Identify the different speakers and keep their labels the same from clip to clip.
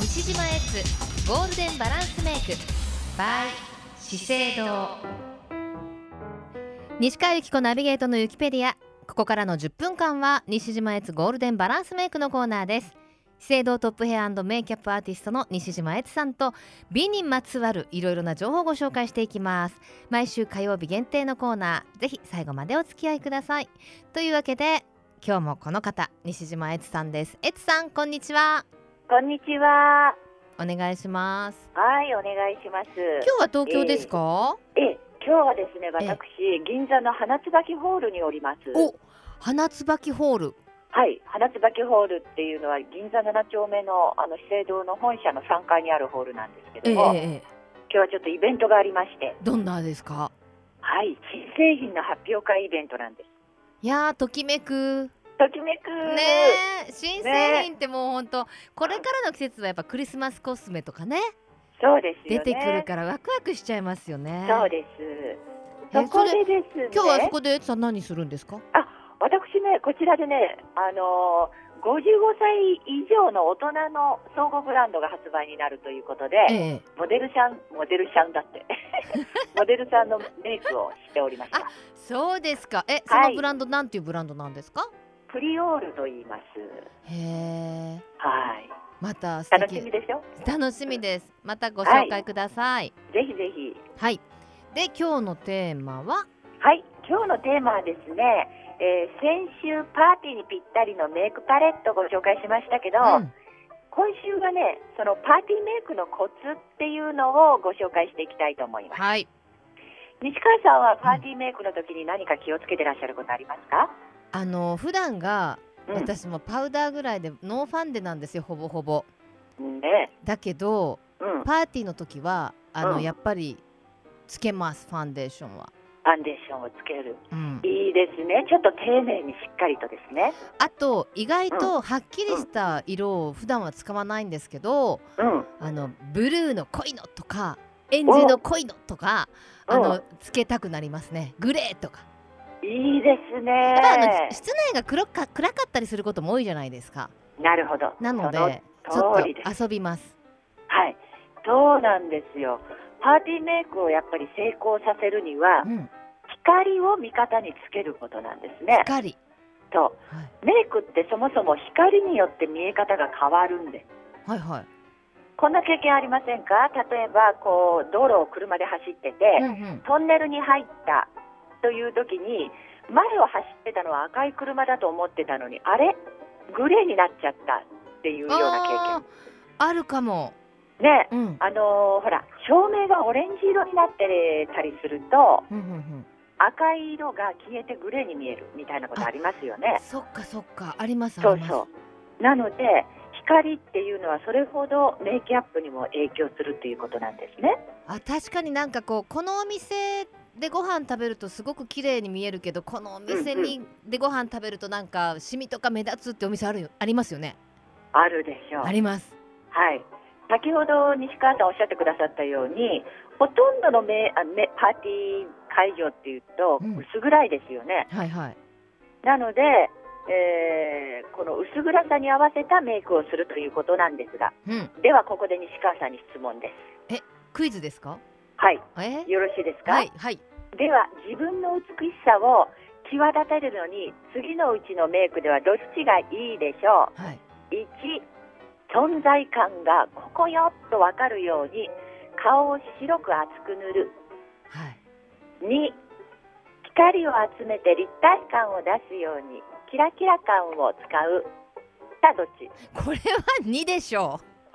Speaker 1: 西島エッツゴールデンバランスメイク by 資生堂西川由紀子ナビゲートのユキペディアここからの10分間は西島エッツゴールデンバランスメイクのコーナーです資生堂トップヘアメイキャップアーティストの西島悦さんと美にまつわるいろいろな情報をご紹介していきます毎週火曜日限定のコーナーぜひ最後までお付き合いくださいというわけで今日もこの方西島悦さんです悦さんこんにちは
Speaker 2: こんにちは。
Speaker 1: お願いします
Speaker 2: はい、お願いします。
Speaker 1: 今日は東京ですか、
Speaker 2: ええ、今日はですね、私、銀座の花椿ホールにおります。
Speaker 1: お花椿ホール
Speaker 2: はい、花椿ホールっていうのは銀座7丁目のあの資生堂の本社の3階にあるホールなんですけども、
Speaker 1: ええ
Speaker 2: 今日はちょっとイベントがありまして、
Speaker 1: どんなですか
Speaker 2: はい、新製品の発表会イベントなんです。
Speaker 1: いやーときめく
Speaker 2: ときめく
Speaker 1: ねえ新製品ってもう本当、これからの季節はやっぱクリスマスコスメとかね
Speaker 2: そうです
Speaker 1: 出
Speaker 2: よ
Speaker 1: て
Speaker 2: ね。
Speaker 1: くるからワクワクしちゃいますよね
Speaker 2: そうです。
Speaker 1: え
Speaker 2: そこ
Speaker 1: それ
Speaker 2: でですね。
Speaker 1: 今日はそこでエツさん何するんですか
Speaker 2: 私ね、こちらでね、あのー55歳以上の大人の総合ブランドが発売になるということで、
Speaker 1: ええ
Speaker 2: モデルさん、モデルさん だって、モデルさんのメイクをしておりました。
Speaker 1: そうですかえそ
Speaker 2: はい
Speaker 1: のブランドなんていうブランドなんですか、
Speaker 2: プリオールと言います。
Speaker 1: へえ
Speaker 2: はい。
Speaker 1: また素
Speaker 2: 楽
Speaker 1: 敵
Speaker 2: しみでしょ
Speaker 1: 楽しみですまたご紹介ください
Speaker 2: ぜひぜひ。
Speaker 1: はい、で今日のテーマは
Speaker 2: はい。今日のテーマはですね、えー先週パーティーにぴったりのメイクパレットをご紹介しましたけど、
Speaker 1: うん
Speaker 2: 今週はね、そのパーティーメイクのコツっていうのをご紹介していきたいと思います。
Speaker 1: はい
Speaker 2: 西川さんはパーティーメイクの時に何か気をつけてらっしゃることありますか、
Speaker 1: あの普段が
Speaker 2: うん、
Speaker 1: 私もパウダーぐらいでノーファンデなんですよほぼほぼ
Speaker 2: ね
Speaker 1: だけど
Speaker 2: うんフ
Speaker 1: パーティーの時はあの、
Speaker 2: うん
Speaker 1: やっぱりつけますファンデーションは、
Speaker 2: ァンデーションをつける
Speaker 1: うん、
Speaker 2: いいですねちょっと丁寧にしっかりとですね
Speaker 1: あと意外とはっきりした色を普段は使わないんですけど
Speaker 2: うん
Speaker 1: あのブルーの濃いのとかエンジの濃いのとかあのつけたくなりますねグレーとか
Speaker 2: いいですね
Speaker 1: ただあの室内が黒か暗かったりすることも多いじゃないですか
Speaker 2: なるほど
Speaker 1: なのでち
Speaker 2: そ
Speaker 1: ょ
Speaker 2: の
Speaker 1: っ
Speaker 2: 通りです
Speaker 1: と遊びます
Speaker 2: はいそうなんですよパーティーメイクをやっぱり成功させるには
Speaker 1: うん
Speaker 2: 光を味方につけることなんですね
Speaker 1: 光
Speaker 2: と
Speaker 1: はい
Speaker 2: メイクってそもそも光によって見え方が変わるんです
Speaker 1: はいはい
Speaker 2: こんな経験ありませんか例えばこう道路を車で走ってて、
Speaker 1: うんうん
Speaker 2: トンネルに入ったという時に前を走ってたのは赤い車だと思ってたのにあれグレーになっちゃったっていうような
Speaker 1: あー
Speaker 2: 経
Speaker 1: あるかも
Speaker 2: 験ね
Speaker 1: うん
Speaker 2: あのーほら照明がオレンジ色になってたりすると
Speaker 1: うんうんうん
Speaker 2: 赤い色が消えてグレーに見えるみたいなことありますよね
Speaker 1: そっかそっかあります
Speaker 2: そ
Speaker 1: あ
Speaker 2: う
Speaker 1: ります
Speaker 2: そうなので光っていうのはそれほどメイキアップにも影響するということなんですね
Speaker 1: あ確かになんかこうこのお店でご飯食べるとすごく綺麗に見えるけどこのお店にでご飯食べるとなんかシミとか目立つってお店あるよありますよね
Speaker 2: あるでしょう
Speaker 1: あります
Speaker 2: はい、先ほど西川さんおっしゃってくださったようにほとんどのめあめパーティー会場っていうと
Speaker 1: うん
Speaker 2: 薄暗いですよね、
Speaker 1: はいはい
Speaker 2: なので、えーこの薄暗さに合わせたメイクをするということなんですが
Speaker 1: うん
Speaker 2: ではここで西川さんに質問です
Speaker 1: クイズですか
Speaker 2: はい
Speaker 1: え
Speaker 2: よろしいですか、
Speaker 1: はいはい
Speaker 2: では自分の美しさを際立てるのに次のうちのメイクではどっちがいいでしょう
Speaker 1: はい
Speaker 2: 1存在感がここよっとわかるように顔を白く厚く塗る
Speaker 1: はい
Speaker 2: 2光を集めて立体感を出すようにキラキラ感を使うさあどっち
Speaker 1: これは2でしょ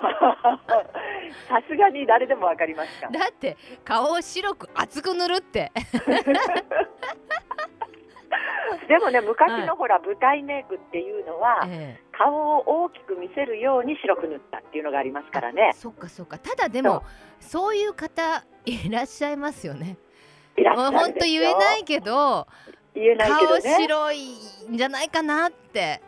Speaker 2: さすがに誰でもわかりますか
Speaker 1: うだって顔を白く厚く塗るって
Speaker 2: でもね昔
Speaker 1: はい
Speaker 2: のほら舞台メイクっていうのは、
Speaker 1: ええ
Speaker 2: 顔を大きく見せるように白く塗ったっていうのがありますからね
Speaker 1: そっかそっかただでもそういう方いらっしゃいますよね
Speaker 2: いらっし
Speaker 1: も
Speaker 2: ゃ
Speaker 1: うほ
Speaker 2: る
Speaker 1: ん
Speaker 2: で
Speaker 1: と
Speaker 2: す
Speaker 1: 言
Speaker 2: よ
Speaker 1: えないけど
Speaker 2: 言えないけど
Speaker 1: 顔
Speaker 2: ね
Speaker 1: 白いんじゃないかなって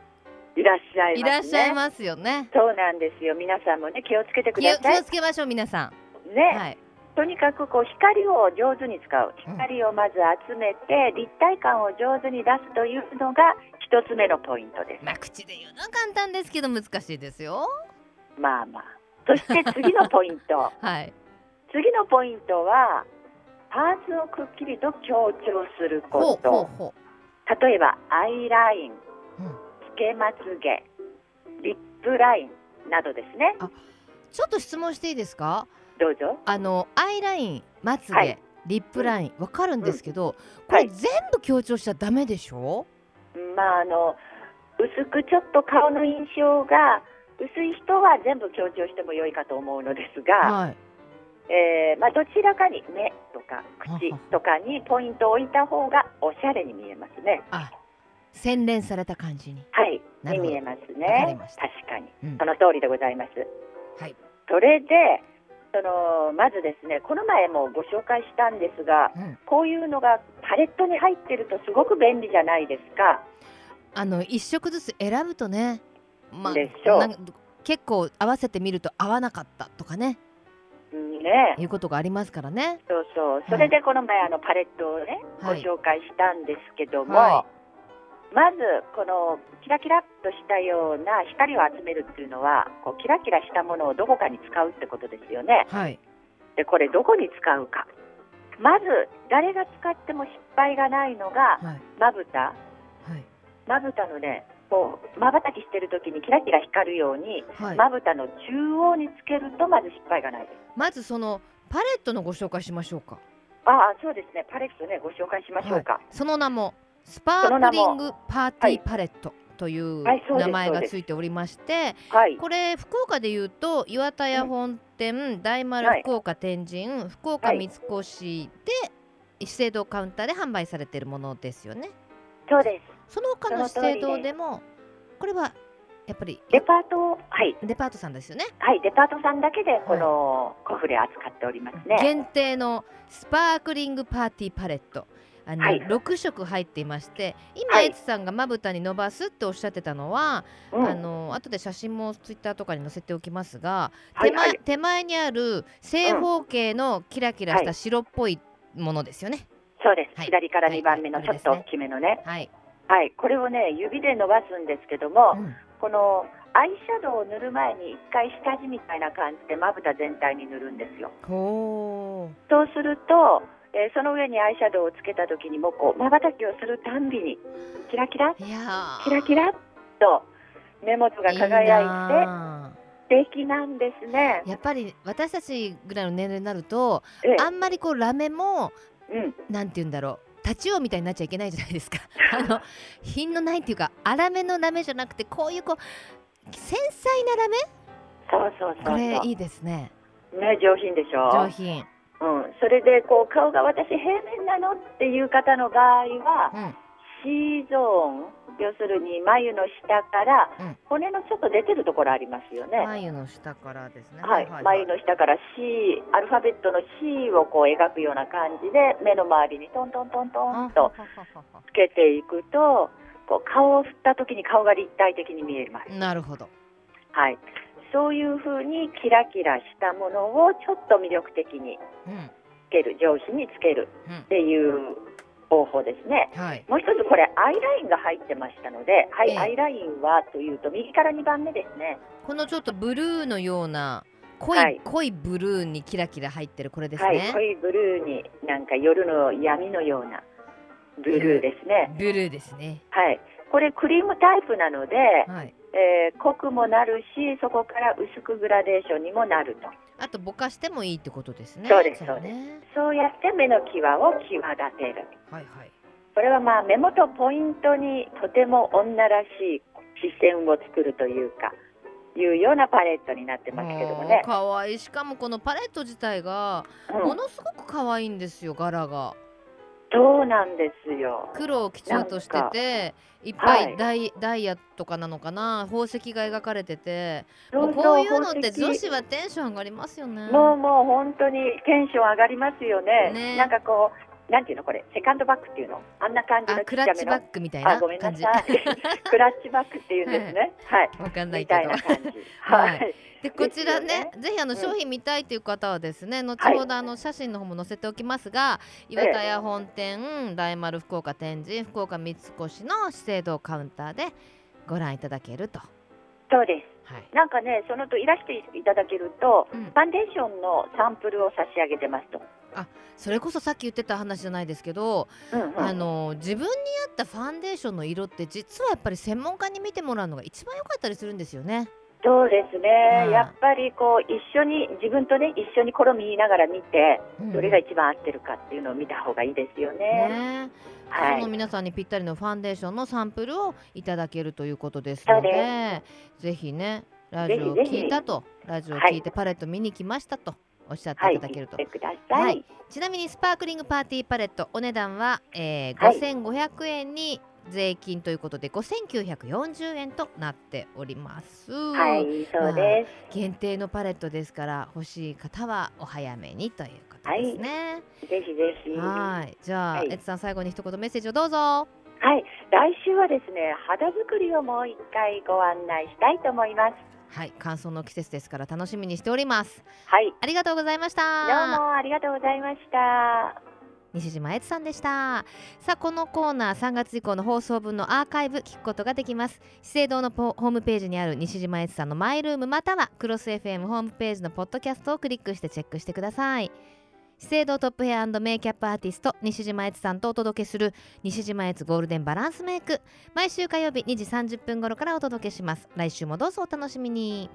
Speaker 2: いらっしゃい
Speaker 1: いら
Speaker 2: ま
Speaker 1: っ
Speaker 2: す
Speaker 1: しゃ
Speaker 2: ね
Speaker 1: いますよね。
Speaker 2: そうなんですよ。皆さんもね気をつけてく
Speaker 1: 気
Speaker 2: だ
Speaker 1: を気
Speaker 2: さい
Speaker 1: を。つけましょう皆さん。
Speaker 2: ね、
Speaker 1: はい。
Speaker 2: とにかくこう光を上手に使う。
Speaker 1: うん
Speaker 2: 光をまず集めて立体感を上手に出すというのが一つ目のポイントで
Speaker 1: まあ口で言うのは簡単ですけど難しいですよ。
Speaker 2: す。まあまあ。そして次のポイン ト
Speaker 1: はい
Speaker 2: 次のポイントはパーツをくっきりと強調する
Speaker 1: ほう
Speaker 2: こ
Speaker 1: ほう
Speaker 2: と
Speaker 1: ほ
Speaker 2: 例えばアイライン
Speaker 1: う、うん、
Speaker 2: つけまつげリップラインなどですね
Speaker 1: ちょっと質問していいですか
Speaker 2: どうぞ
Speaker 1: あのアイラインまつげ、
Speaker 2: はい
Speaker 1: リップラインわかるんですけど、こ
Speaker 2: は
Speaker 1: れ
Speaker 2: い
Speaker 1: 全部強調しちゃダメでしょ、
Speaker 2: まああの薄くちょっと顔の印象が薄い人は全部強調しても良いかと思うのですが、
Speaker 1: はい
Speaker 2: えーまあ、どちらかに目とか口
Speaker 1: はは
Speaker 2: とかにポイントを置いた方がおしゃれに見えますね。
Speaker 1: あ洗練された感じに
Speaker 2: はい、
Speaker 1: なる
Speaker 2: に
Speaker 1: ほど
Speaker 2: 見えます
Speaker 1: わかり
Speaker 2: ね
Speaker 1: まし。た
Speaker 2: 確かに、
Speaker 1: うん
Speaker 2: その通りでございます。
Speaker 1: はい
Speaker 2: それで、そのまずですね、この前もご紹介したんですが、
Speaker 1: うん
Speaker 2: こういうのがパレットに入ってるとすごく便利じゃないですか。
Speaker 1: あの一色ずつ選ぶとね、ま
Speaker 2: でしょう
Speaker 1: なん結構合わせてみると合わなかったとかね
Speaker 2: うんね。
Speaker 1: いうことがありますからね。
Speaker 2: そうそう。それでこの前あのパレットをね、
Speaker 1: はい
Speaker 2: ご紹介したんですけども、
Speaker 1: は
Speaker 2: まずこのキラキラっとしたような光を集めるっていうのは、こうキラキラしたものをどこかに使うってことですよね。
Speaker 1: はい
Speaker 2: で、これどこに使うか。まず誰が使っても失敗がないのが
Speaker 1: はい
Speaker 2: まぶた。
Speaker 1: はい
Speaker 2: まぶたのね、こうまばたきしてる時にキラキラ光るように、
Speaker 1: はい。ま
Speaker 2: まぶたの中央につけるとまず失敗がないです。
Speaker 1: ずそのパレットのご紹介しましょうか。
Speaker 2: ああ、そうですね。パレットね、ご紹介しましょうか。
Speaker 1: その名もスパークリングパーティーパレット。という
Speaker 2: はいそうです
Speaker 1: 名前がついておりまして、
Speaker 2: はい。
Speaker 1: これ福岡でいうと岩田屋本店、大丸福岡天神、福岡
Speaker 2: はい
Speaker 1: 三越で資生堂カウンターで販売されているものですよね。
Speaker 2: そうです。
Speaker 1: その他の資生堂でもこれはやっぱり
Speaker 2: デパート、はい、
Speaker 1: デパートさんですよね
Speaker 2: はい、デパートさんだけでこのコフレ扱っておりますね。
Speaker 1: 限定のスパークリングパーティーパレットあの、
Speaker 2: はい
Speaker 1: 6色入っていまして今、
Speaker 2: はい
Speaker 1: エツさんがまぶたに伸ばすっておっしゃってたのは、
Speaker 2: うん
Speaker 1: あの後で写真もツイッターとかに載せておきますが、
Speaker 2: はい
Speaker 1: 手前
Speaker 2: はい、
Speaker 1: 手前にある正方形のキラキラし
Speaker 2: は
Speaker 1: た
Speaker 2: い
Speaker 1: 白っぽいものですよね。
Speaker 2: そうです、
Speaker 1: はい
Speaker 2: 左から2番目の
Speaker 1: はい
Speaker 2: ちょっと大きめのね、
Speaker 1: はい、
Speaker 2: はい、これをね、指で伸ばすんですけども、
Speaker 1: うん
Speaker 2: このアイシャドウを塗る前に、一回下地みたいな感じでまぶた全体に塗るんですよ。
Speaker 1: ほ
Speaker 2: そうすると、えーその上にアイシャドウをつけた時にもこう、まばたきをするたんびに、キラキラ、
Speaker 1: ーいやー
Speaker 2: キラキラっと目元が輝い
Speaker 1: なー
Speaker 2: て、素敵なんですね。
Speaker 1: やっぱり私たちぐらいの年齢になると
Speaker 2: ええ
Speaker 1: あんまりこうラメも
Speaker 2: うん
Speaker 1: なんて言うんだろうタチウオみたいになっちゃいけないじゃないです かあの品のないっていうか粗めのラメじゃなくてこういうこう繊細なラメ
Speaker 2: そうそうそうそう。
Speaker 1: これい
Speaker 2: ね
Speaker 1: いですね
Speaker 2: 上品でし
Speaker 1: 上
Speaker 2: ょ。
Speaker 1: 品
Speaker 2: うん。それでこう顔が私平面なのっていう方の場合は、
Speaker 1: うん、
Speaker 2: C ゾーン要するに眉の下から
Speaker 1: うん
Speaker 2: 骨のちょっと出てるところありますよね。はい。
Speaker 1: 眉の下からですね
Speaker 2: 眉の下から C アルファベットの C をこう描くような感じで目の周りにトントントントンとつけていくとこう顔を振った時に顔が立体的に見えます。
Speaker 1: なるほど
Speaker 2: はい、そういう風にキラキラしたものをちょっと魅力的に
Speaker 1: うん
Speaker 2: つける上品につける
Speaker 1: うん
Speaker 2: っていう方法ですね。
Speaker 1: はい
Speaker 2: もう一つこれアイラインが入ってましたので、はい、
Speaker 1: ええ
Speaker 2: アイラインはというと右から2番目ですね。
Speaker 1: このちょっとブルーのような濃い、
Speaker 2: はい
Speaker 1: 濃いブルーにキラキラ入ってるこれですね、
Speaker 2: はい、濃いブルーになんか夜の闇のようなブルーですね。
Speaker 1: ブルーですね
Speaker 2: はい、これクリームタイプなので、
Speaker 1: はい
Speaker 2: えー濃くもなるし、そこから薄くグラデーションにもなると。
Speaker 1: あとぼかしてもいいってことですね
Speaker 2: そうです
Speaker 1: れね
Speaker 2: そうやって目の際を際立てる。
Speaker 1: はいはい
Speaker 2: これはまあ目元ポイントにとても女らしい視線を作るというかいうようなパレットになってますけどもね
Speaker 1: あー、可愛いしかもこのパレット自体が
Speaker 2: う
Speaker 1: も
Speaker 2: ん
Speaker 1: のすごく可愛いんですよ柄が
Speaker 2: そうなんですよ
Speaker 1: 黒を基調としてていっぱ
Speaker 2: はいい
Speaker 1: ダイ,、ダイヤとかなのかな宝石が描かれてて
Speaker 2: そ
Speaker 1: もう
Speaker 2: そ
Speaker 1: こういうのって
Speaker 2: 宝石
Speaker 1: 女子はテンション上がりますよね
Speaker 2: もうもう本当にテンション上がりますよね
Speaker 1: ね
Speaker 2: なんかこうなんていうのこれセカンドバッグっていうのあんな感じ
Speaker 1: あ
Speaker 2: の
Speaker 1: クラッチバッ
Speaker 2: グ
Speaker 1: グみたい
Speaker 2: あ
Speaker 1: な
Speaker 2: ごめんな
Speaker 1: 感
Speaker 2: さい
Speaker 1: じ
Speaker 2: クラッチバッグっていうんですねはい
Speaker 1: わかんない
Speaker 2: み
Speaker 1: け
Speaker 2: たい
Speaker 1: ど
Speaker 2: な感じ
Speaker 1: はい
Speaker 2: はい
Speaker 1: でこちらねぜひあの
Speaker 2: うん
Speaker 1: 商品見たいという方はですね、後ほどあの写真の方も載せておきますが
Speaker 2: え
Speaker 1: 岩田屋本店大丸福岡天神福岡三越の資生堂カウンターでご覧いただけると
Speaker 2: そうです
Speaker 1: はい
Speaker 2: なんかね、そのといらしていただけると、
Speaker 1: うん
Speaker 2: ファンデーションのサンプルを差し上げてますと。
Speaker 1: それこそさっき言ってた話じゃないですけど、
Speaker 2: うんうん
Speaker 1: あの自分に合ったファンデーションの色って実はやっぱり専門家に見てもらうのが一番良かったりするんですよね。
Speaker 2: そうですね、
Speaker 1: うん
Speaker 2: やっぱりこう一緒に自分とね一緒に好みながら見て
Speaker 1: うん
Speaker 2: どれが一番合ってるかっていうのを見た方がいいですよね。
Speaker 1: ね
Speaker 2: は
Speaker 1: その
Speaker 2: い、
Speaker 1: 皆さんにぴったりのファンデーションのサンプルをいただけるということですので
Speaker 2: そう
Speaker 1: ぜひねラジオを
Speaker 2: ぜひぜひ
Speaker 1: 聞いたとラジオを
Speaker 2: はい
Speaker 1: 聞いてパレット見に来ましたとおっしゃって
Speaker 2: はいい、
Speaker 1: ただけると、
Speaker 2: 見てください。
Speaker 1: は
Speaker 2: はいい、
Speaker 1: ちなみにスパークリングパーティーパレットお値段は、えー
Speaker 2: はい
Speaker 1: 5500円に税金ということで5940円となっております、
Speaker 2: そうで
Speaker 1: 限定のパレットですから欲しい方はお早めにということですね
Speaker 2: す。ぜひぜひ。は
Speaker 1: はいじゃあ、
Speaker 2: はい
Speaker 1: エツさん最後に一言メッセージをどうぞ
Speaker 2: い、来週はですね、肌作りをもう一回ご案内したいと思います。
Speaker 1: はい、乾燥の季節ですから楽しみにしております。
Speaker 2: はい、
Speaker 1: ありがとうございまし
Speaker 2: どう
Speaker 1: た。
Speaker 2: もありがとうございました。
Speaker 1: 西島悦さんでした。さあ、このコーナー3月以降の放送分のアーカイブ聞くことができます。資生堂のポホームページにある西島悦さんのマイルームまたはクロス FM ホームページのポッドキャストをクリックしてチェックしてください。資生堂トップヘアメイキャップアーティスト西島悦さんとお届けする西島悦ゴールデンバランスメイク毎週火曜日2時30分頃からお届けします来週もどうぞお楽しみに